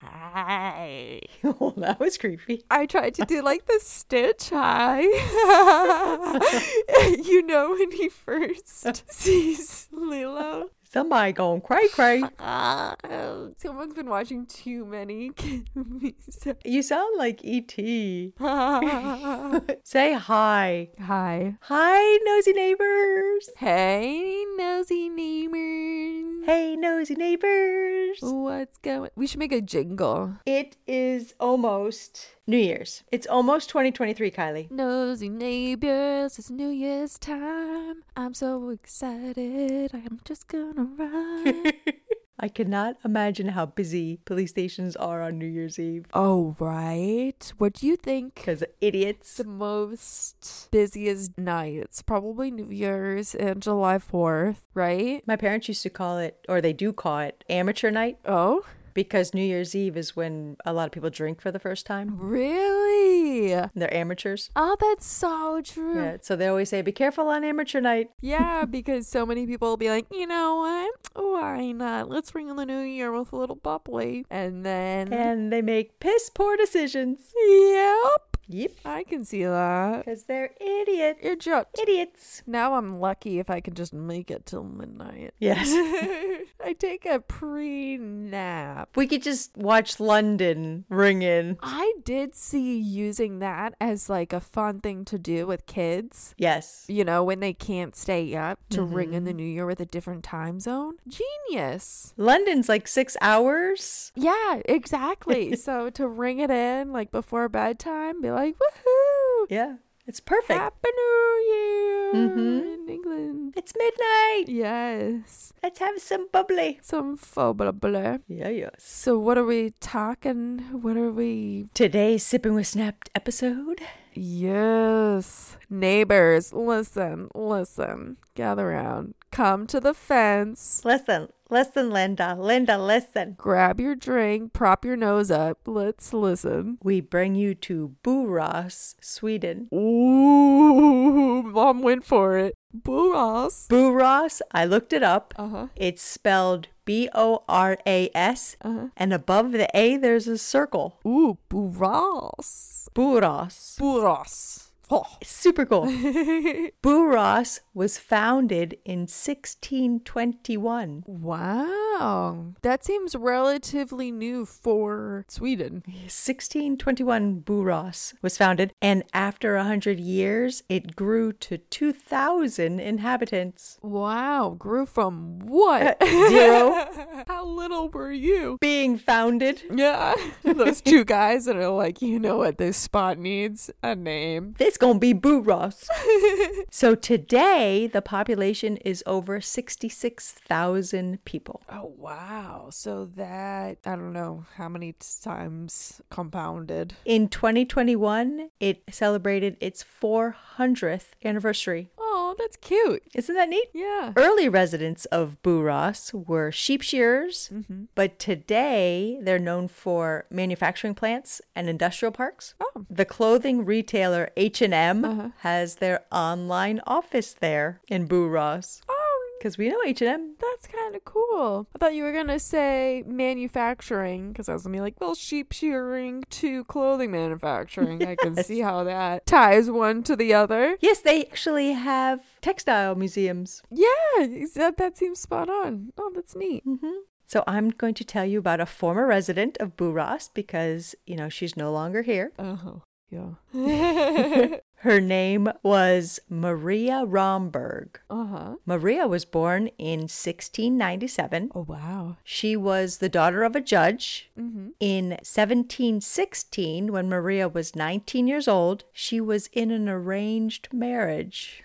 Hi. well, that was creepy. I tried to do like the stitch high. you know when he first sees Lilo. Somebody going cray cray. Ah, someone's been watching too many movies. You sound like E.T. Hi. Say hi. Hi, nosy neighbors. Hey, nosy neighbors. Hey, nosy neighbors. What's going? We should make a jingle. It is almost New Year's. It's almost 2023, Kylie. Nosy neighbors, it's New Year's time. I'm so excited. I'm just gonna run. I cannot imagine how busy police stations are on New Year's Eve oh, right. What do you think? because of idiots. The most busiest nights, probably New Year's and July 4th, right? My parents used to call it, or they do call it, amateur night Oh, because New Year's Eve is when a lot of people drink for the first time. really? They're amateurs. Oh, that's so true. Yeah, so they always say, be careful on amateur night. Yeah, because so many people will be like, you know what? Why not? Let's ring in the new year with a little bubbly. And then, And they make piss poor decisions. yep, Yep. I can see that. Because they're idiot You're just. idiots. Now I'm lucky if I can just make it till midnight. Yes. I take a pre nap. we could just watch London ring in. I did see using that as like a fun thing to do with kids. Yes. You know, when they can't stay up to ring in the new year with a different time zone. Genius. London's like six hours. Yeah, exactly. so to ring it in like before bedtime, be like, woohoo! Yeah. It's perfect. Happy New Year Mhm. in England. It's midnight. Yes. Let's have some bubbly. Some faux blah blah. Yeah, yes. So what are we talking? What are we? Today's Sipping with Snapped episode. Yes. Neighbors, listen, listen. Gather round. Come to the fence. Listen, listen, Linda. Linda, listen. Grab your drink. Prop your nose up. Let's listen. We bring you to Buras, Sweden. Ooh, mom went for it. Boo Ross. Buras, I looked it up. Uh huh. It's spelled B O R A S, Uh-huh. and above the A there's a circle. Ooh, Buras. Buras. Buras. Oh. It's super cool. Buras was founded in 1621. wow. That seems relatively new for Sweden. 1621 Buras was founded, and after a 100 years, it grew to 2,000 inhabitants. Wow. Grew from what? Zero How little were you? being founded. Yeah. Those two guys that are like, you know what, this spot needs a name. This gonna be Boo Ross. so today the population is over sixty six thousand people. Oh, wow. So that, I don't know how many times compounded. In twenty twenty one, it celebrated its four hundredth anniversary. Oh, that's cute. Isn't that neat? Yeah. Early residents of Boo Ross were sheep shearers, but today they're known for manufacturing plants and industrial parks. Oh. The clothing retailer H&M has their online office there in Boo Ross Oh, because we know H&M That's kind of cool. I thought you were gonna say manufacturing because I was gonna be like, well, sheep shearing to clothing manufacturing. I can see how that ties one to the other. Yes, they actually have textile museums. Yeah, is that that seems spot on. Oh, that's neat. So I'm going to tell you about a former resident of Buras because, you know, she's no longer here. Oh, yeah. Her name was Maria Romberg. uh huh. Maria was born in 1697. Oh wow. She was the daughter of a judge. Mm-hmm. In 1716, when Maria was 19 years old, she was in an arranged marriage.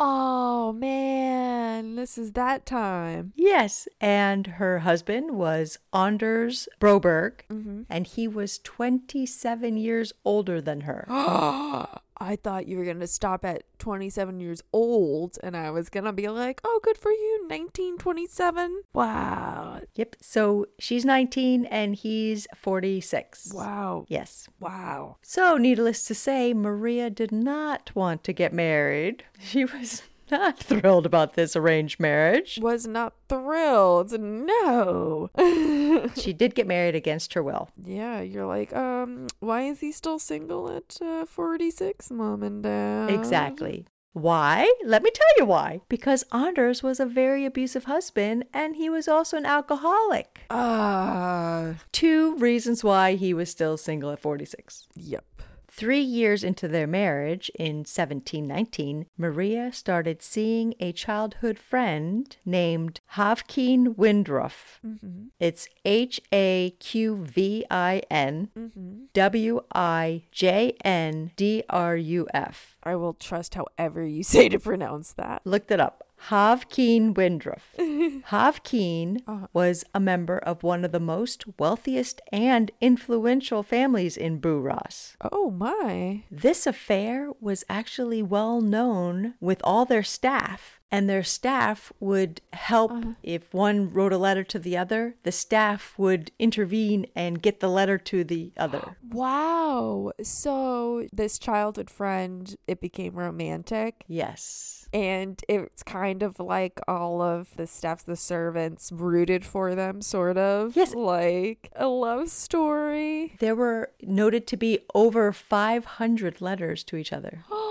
Oh man, this is that time. Yes, and her husband was Anders Broberg, and he was 27 years older than her. I thought you were going to stop at 27 years old, and I was going to be like, oh, good for you, 1927. Wow. Yep, so she's 19 and he's 46. Wow. Yes. Wow. So, needless to say, Maria did not want to get married. She was not thrilled about this arranged marriage. Was not thrilled. No. She did get married against her will. yeah, you're like, um, why is he still single at uh, 46, mom and dad? Exactly. Why? Let me tell you why. Because Anders was a very abusive husband and he was also an alcoholic. Ah, Two reasons why he was still single at 46. yep. Three years into their marriage, in 1719, Maria started seeing a childhood friend named Havkeen Windruff. It's H A Q V I N W I J N D R U F. I will trust however you say to pronounce that. Looked it up. Havkeen Windruff. Havkeen was a member of one of the most wealthiest and influential families in Buras. Oh my. This affair was actually well known with all their staff, and their staff would help if one wrote a letter to the other, the staff would intervene and get the letter to the other. Wow. So this childhood friend, it became romantic. yes. And it's kind of like all of the staff, the servants rooted for them, sort of. Yes. Like a love story. There were noted to be over 500 letters to each other. oh,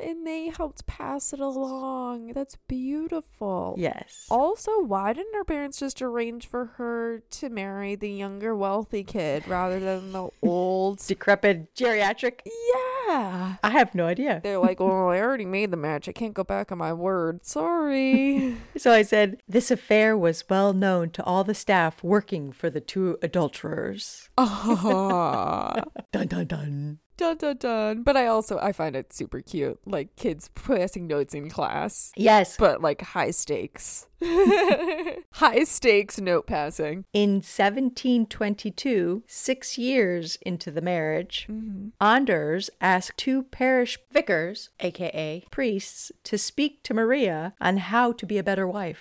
and they helped pass it along. That's beautiful. Yes. Also, why didn't her parents just arrange for her to marry the younger wealthy kid rather than the old? Decrepit geriatric? yeah. I have no idea. They're like, well, I already made the match. I can't go back on my word. Sorry. So I said, This affair was well known to all the staff working for the two adulterers. Ah. Dun dun dun. dun dun dun. But I also I find it super cute, like kids passing notes in class, Yes. but like high stakes, high stakes note passing. In 1722, six years into the marriage, Anders asked two parish vicars, aka priests, to speak to Maria on how to be a better wife.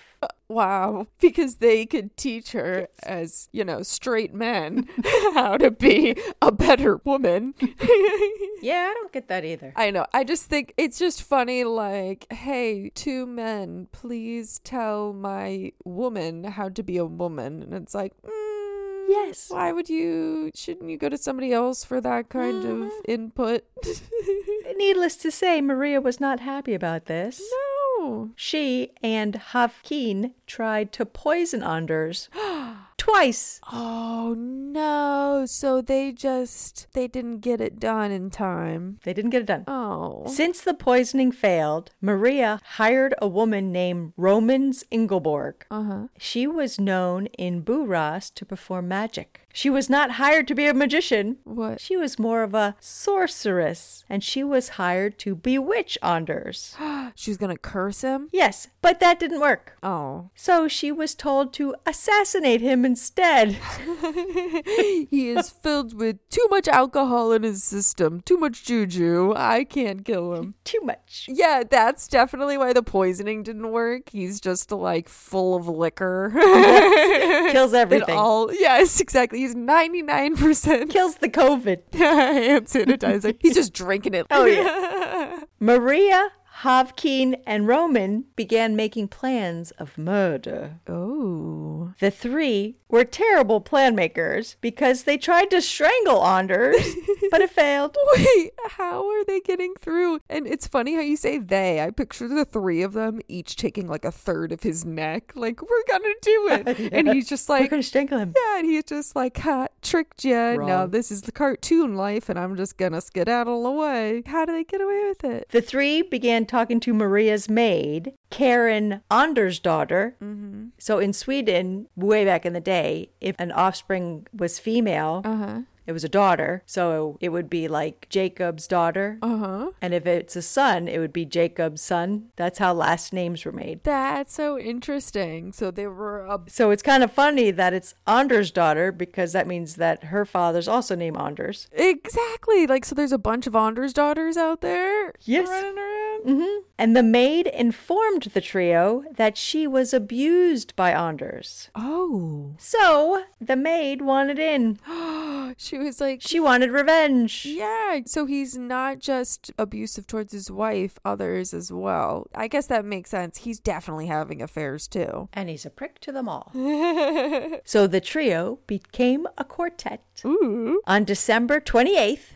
Wow, because they could teach her as you know straight men how to be a better woman. Yeah, I don't get that either. I know. I just think it's just funny. Like, hey, two men, please tell my woman how to be a woman. And it's like, mm, Yes. Why would you? Shouldn't you go to somebody else for that kind of input? Uh, Needless to say, Maria was not happy about this. no. She and Hafkin tried to poison Anders twice. Oh no. So they just they didn't get it done in time. They didn't get it done. Oh. Since the poisoning failed, Maria hired a woman named Romans Ingelborg. Uh-huh. She was known in Buras to perform magic. She was not hired to be a magician. What? She was more of a sorceress, and she was hired to bewitch Anders. She's gonna curse him? Yes, but that didn't work. Oh. So she was told to assassinate him instead. he is filled with too much alcohol in his system, too much juju. I can't kill him. Too much. Yeah, that's definitely why the poisoning didn't work. He's just like full of liquor. Kills it everything. all yes, exactly. He's ninety nine percent Kills the COVID. hand sanitizer. He's just drinking it. Oh, yeah. Maria, Havkeen, and Roman began making plans of murder. Oh. The three were terrible plan makers because they tried to strangle Anders, but it failed. Oh Wait, how are they getting through? And it's funny how you say they. I picture the three of them each taking like a third of his neck. Like, we're gonna do it. And he's just We're like, going to strangle him. yeah, and he's just like, ha, tricked you. Now Wrong. this is the cartoon life, and I'm just gonna skedaddle away. How do they get away with it? The three began talking to Maria's maid, Karen Anders' daughter. So in Sweden, way back in the day, if an offspring was female, Uh huh. it was a daughter. So it would be like Jacob's daughter. Uh huh. And if it's a son, it would be Jacob's son. That's how last names were made. That's so interesting. So they were a. So it's kind of funny that it's Anders' daughter because that means that her father's also named Anders. Exactly. Like, so there's a bunch of Anders daughters out there Yes. running around. Mm-hmm. And the maid informed the trio that she was abused by Anders. Oh. So the maid wanted in. she was like, She wanted revenge. yeah. So he's not just abusive towards his wife, others as well. I guess that makes sense. He's definitely having affairs too. And he's a prick to them all. so the trio became a quartet. Ooh. on December 28th,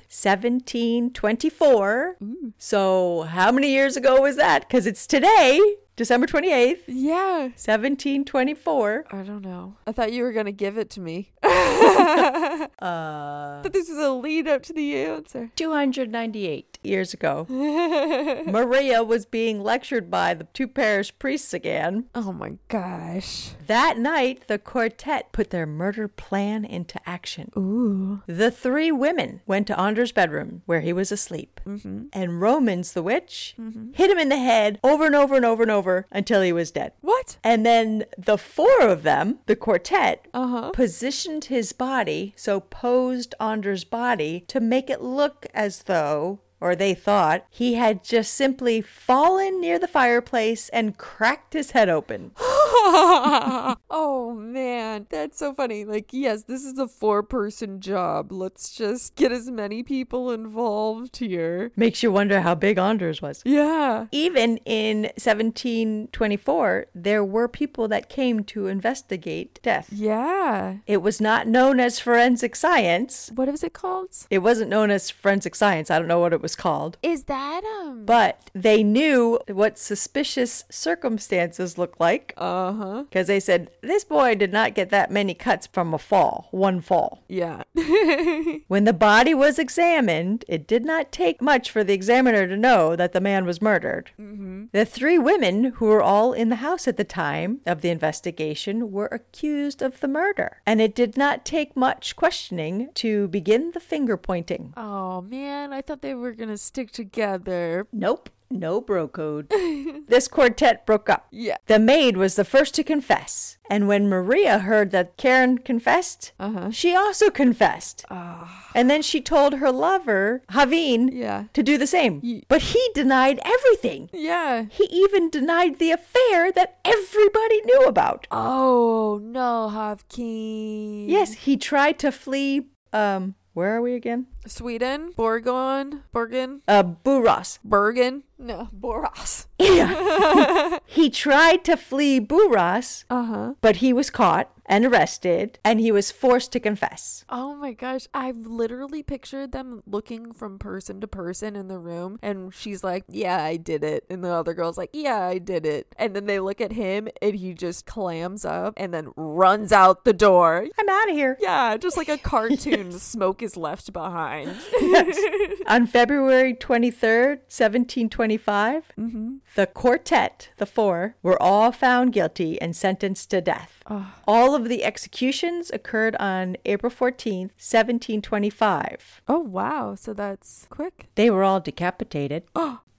1724. So, how many years ago was that? Because it's today, December 28th, Yeah. 1724. I don't know. I thought you were going to give it to me. Uh, but this is a lead up to the answer. 298 years ago. Maria was being lectured by the two parish priests again. Oh my gosh. That night, the quartet put their murder plan into action. Ooh. The three women went to Anders' bedroom where he was asleep. And Romans, the witch, hit him in the head over and over and over and over until he was dead. What? And then the four of them, the quartet, Uh-huh. positioned his body, so posed Anders' body to make it look as though, or they thought, he had just simply fallen near the fireplace and cracked his head open. oh man, that's so funny. Like, yes, this is a four person job. Let's just get as many people involved here. Makes you wonder how big Anders was. Yeah. even in 1724, there were people that came to investigate death. Yeah. It was not known as forensic science. What is it called? It wasn't known as forensic science. I don't know what it was called. Is that um But they knew what suspicious circumstances looked like Uh-huh. because they said, this boy did not get that many cuts from a fall, one fall. Yeah. When the body was examined, it did not take much for the examiner to know that the man was murdered. The three women, who were all in the house at the time of the investigation, were accused of the murder, and it did not take much questioning to begin the finger pointing. oh man, I thought they were gonna stick together. Nope, no bro code. this quartet broke up. Yeah. The maid was the first to confess, and when Maria heard that Karen confessed, she also confessed. Ah. And then she told her lover, Javin, Yeah. to do the same. Ye- But he denied everything. Yeah. He even denied the affair that everybody knew about. Oh no, Hopkins. Yes, he tried to flee. Um, where are we again? Sweden? Borgon? Bergen? Uh, Buras. Bergen? No. Boros. Yeah. he tried to flee Buras, Uh-huh. but he was caught and arrested, and he was forced to confess. Oh my gosh, I've literally pictured them looking from person to person in the room, and she's like, Yeah, I did it. And the other girl's like, Yeah, I did it. And then they look at him, and he just clams up and then runs out the door. I'm out of here. Yeah, just like a cartoon, smoke is left behind. On February 23rd, 1725, the quartet, the four, were all found guilty and sentenced to death. All of the executions occurred on April 14th, 1725. oh, wow. So that's quick. They were all decapitated,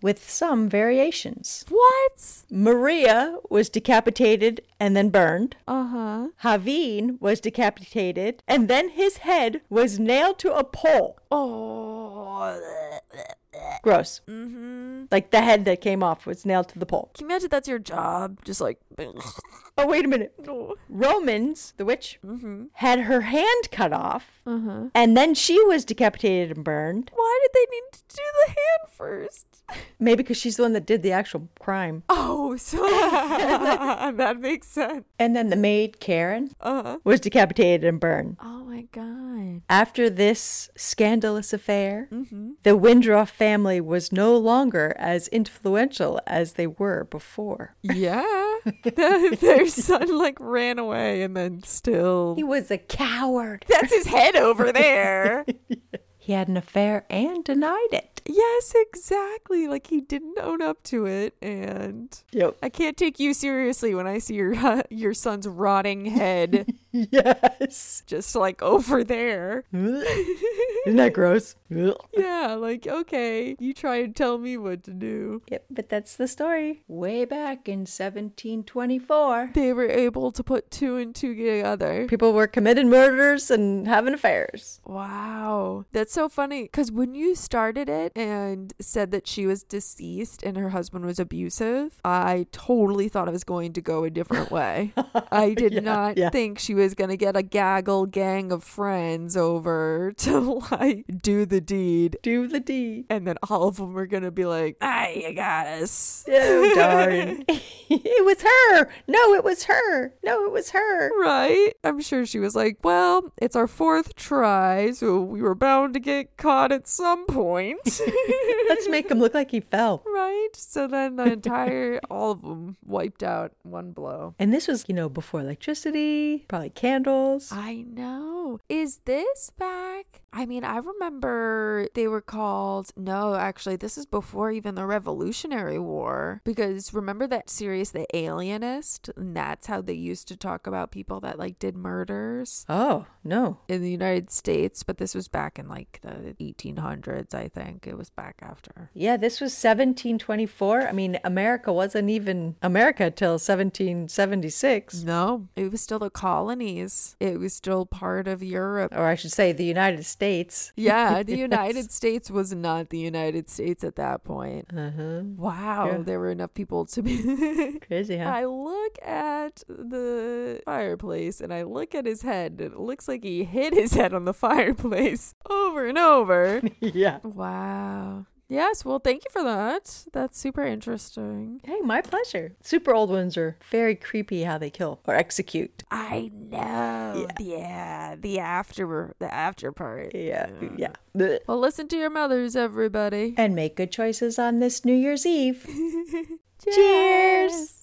with some variations. What? Maria was decapitated and then burned. Uh huh. Javin was decapitated, and then his head was nailed to a pole. Oh. Gross. Like the head that came off was nailed to the pole. Can you imagine that's your job? Just like. Oh, wait a minute. No. Romans, the witch, had her hand cut off, and then she was decapitated and burned. Why did they need to do the hand first? Maybe because she's the one that did the actual crime. Oh, so that makes sense. And then the maid, Karen, Uh-huh. was decapitated and burned. Oh my god. After this scandalous affair, the Windruff family was no longer as influential as they were before. Yeah. Their son like ran away and then still He was a coward. That's his head over there. He had an affair and denied it. yes, exactly. Like he didn't own up to it and Yep. I can't take you seriously when I see your your son's rotting head Yes. just like over there. Isn't that gross? Yeah, like okay, you try and tell me what to do. Yep, but that's the story. Way back in 1724. They were able to put two and two together. People were committing murders and having affairs. Wow. That's so funny. Because when you started it, and said that she was deceased and her husband was abusive, I totally thought I was going to go a different way. I did Yeah, not yeah. think she was going to get a gaggle gang of friends over to like do the deed. Do the D. And then all of them were going to be like, ah, you got us. Oh, darn. it was her. No, it was her. No, it was her. Right? I'm sure she was like, well, it's our fourth try, so we were bound to get caught at some point. Let's make him look like he fell. right? So then the entire, all of them wiped out in one blow. And this was, you know, before electricity, probably candles. I know. Is this back? I mean, I remember they were called. No, actually, this is before even the Revolutionary War. Because remember that series, The Alienist? And that's how they used to talk about people that like did murders Oh, no. in the United States. But this was back in like the 1800s, I think. It was back after. Yeah, this was 1724. I mean, America wasn't even America till 1776, No, it was still the colonies. It was still part of Europe. or I should say the United States. Yeah, the Yes. United States was not the United States at that point. Uh-huh. Wow, Yeah. there were enough people to be. Crazy, huh? I look at the fireplace and I look at his head, and it looks like he hit his head on the fireplace over and over. yeah. wow. Yes, well, thank you for that. That's super interesting. Hey, my pleasure. Super old ones are very creepy how they kill or execute. I know. Yeah, the after the after part. Yeah. Yeah. Blech. Well, listen to your mothers, everybody. And make good choices on this New Year's Eve. Cheers.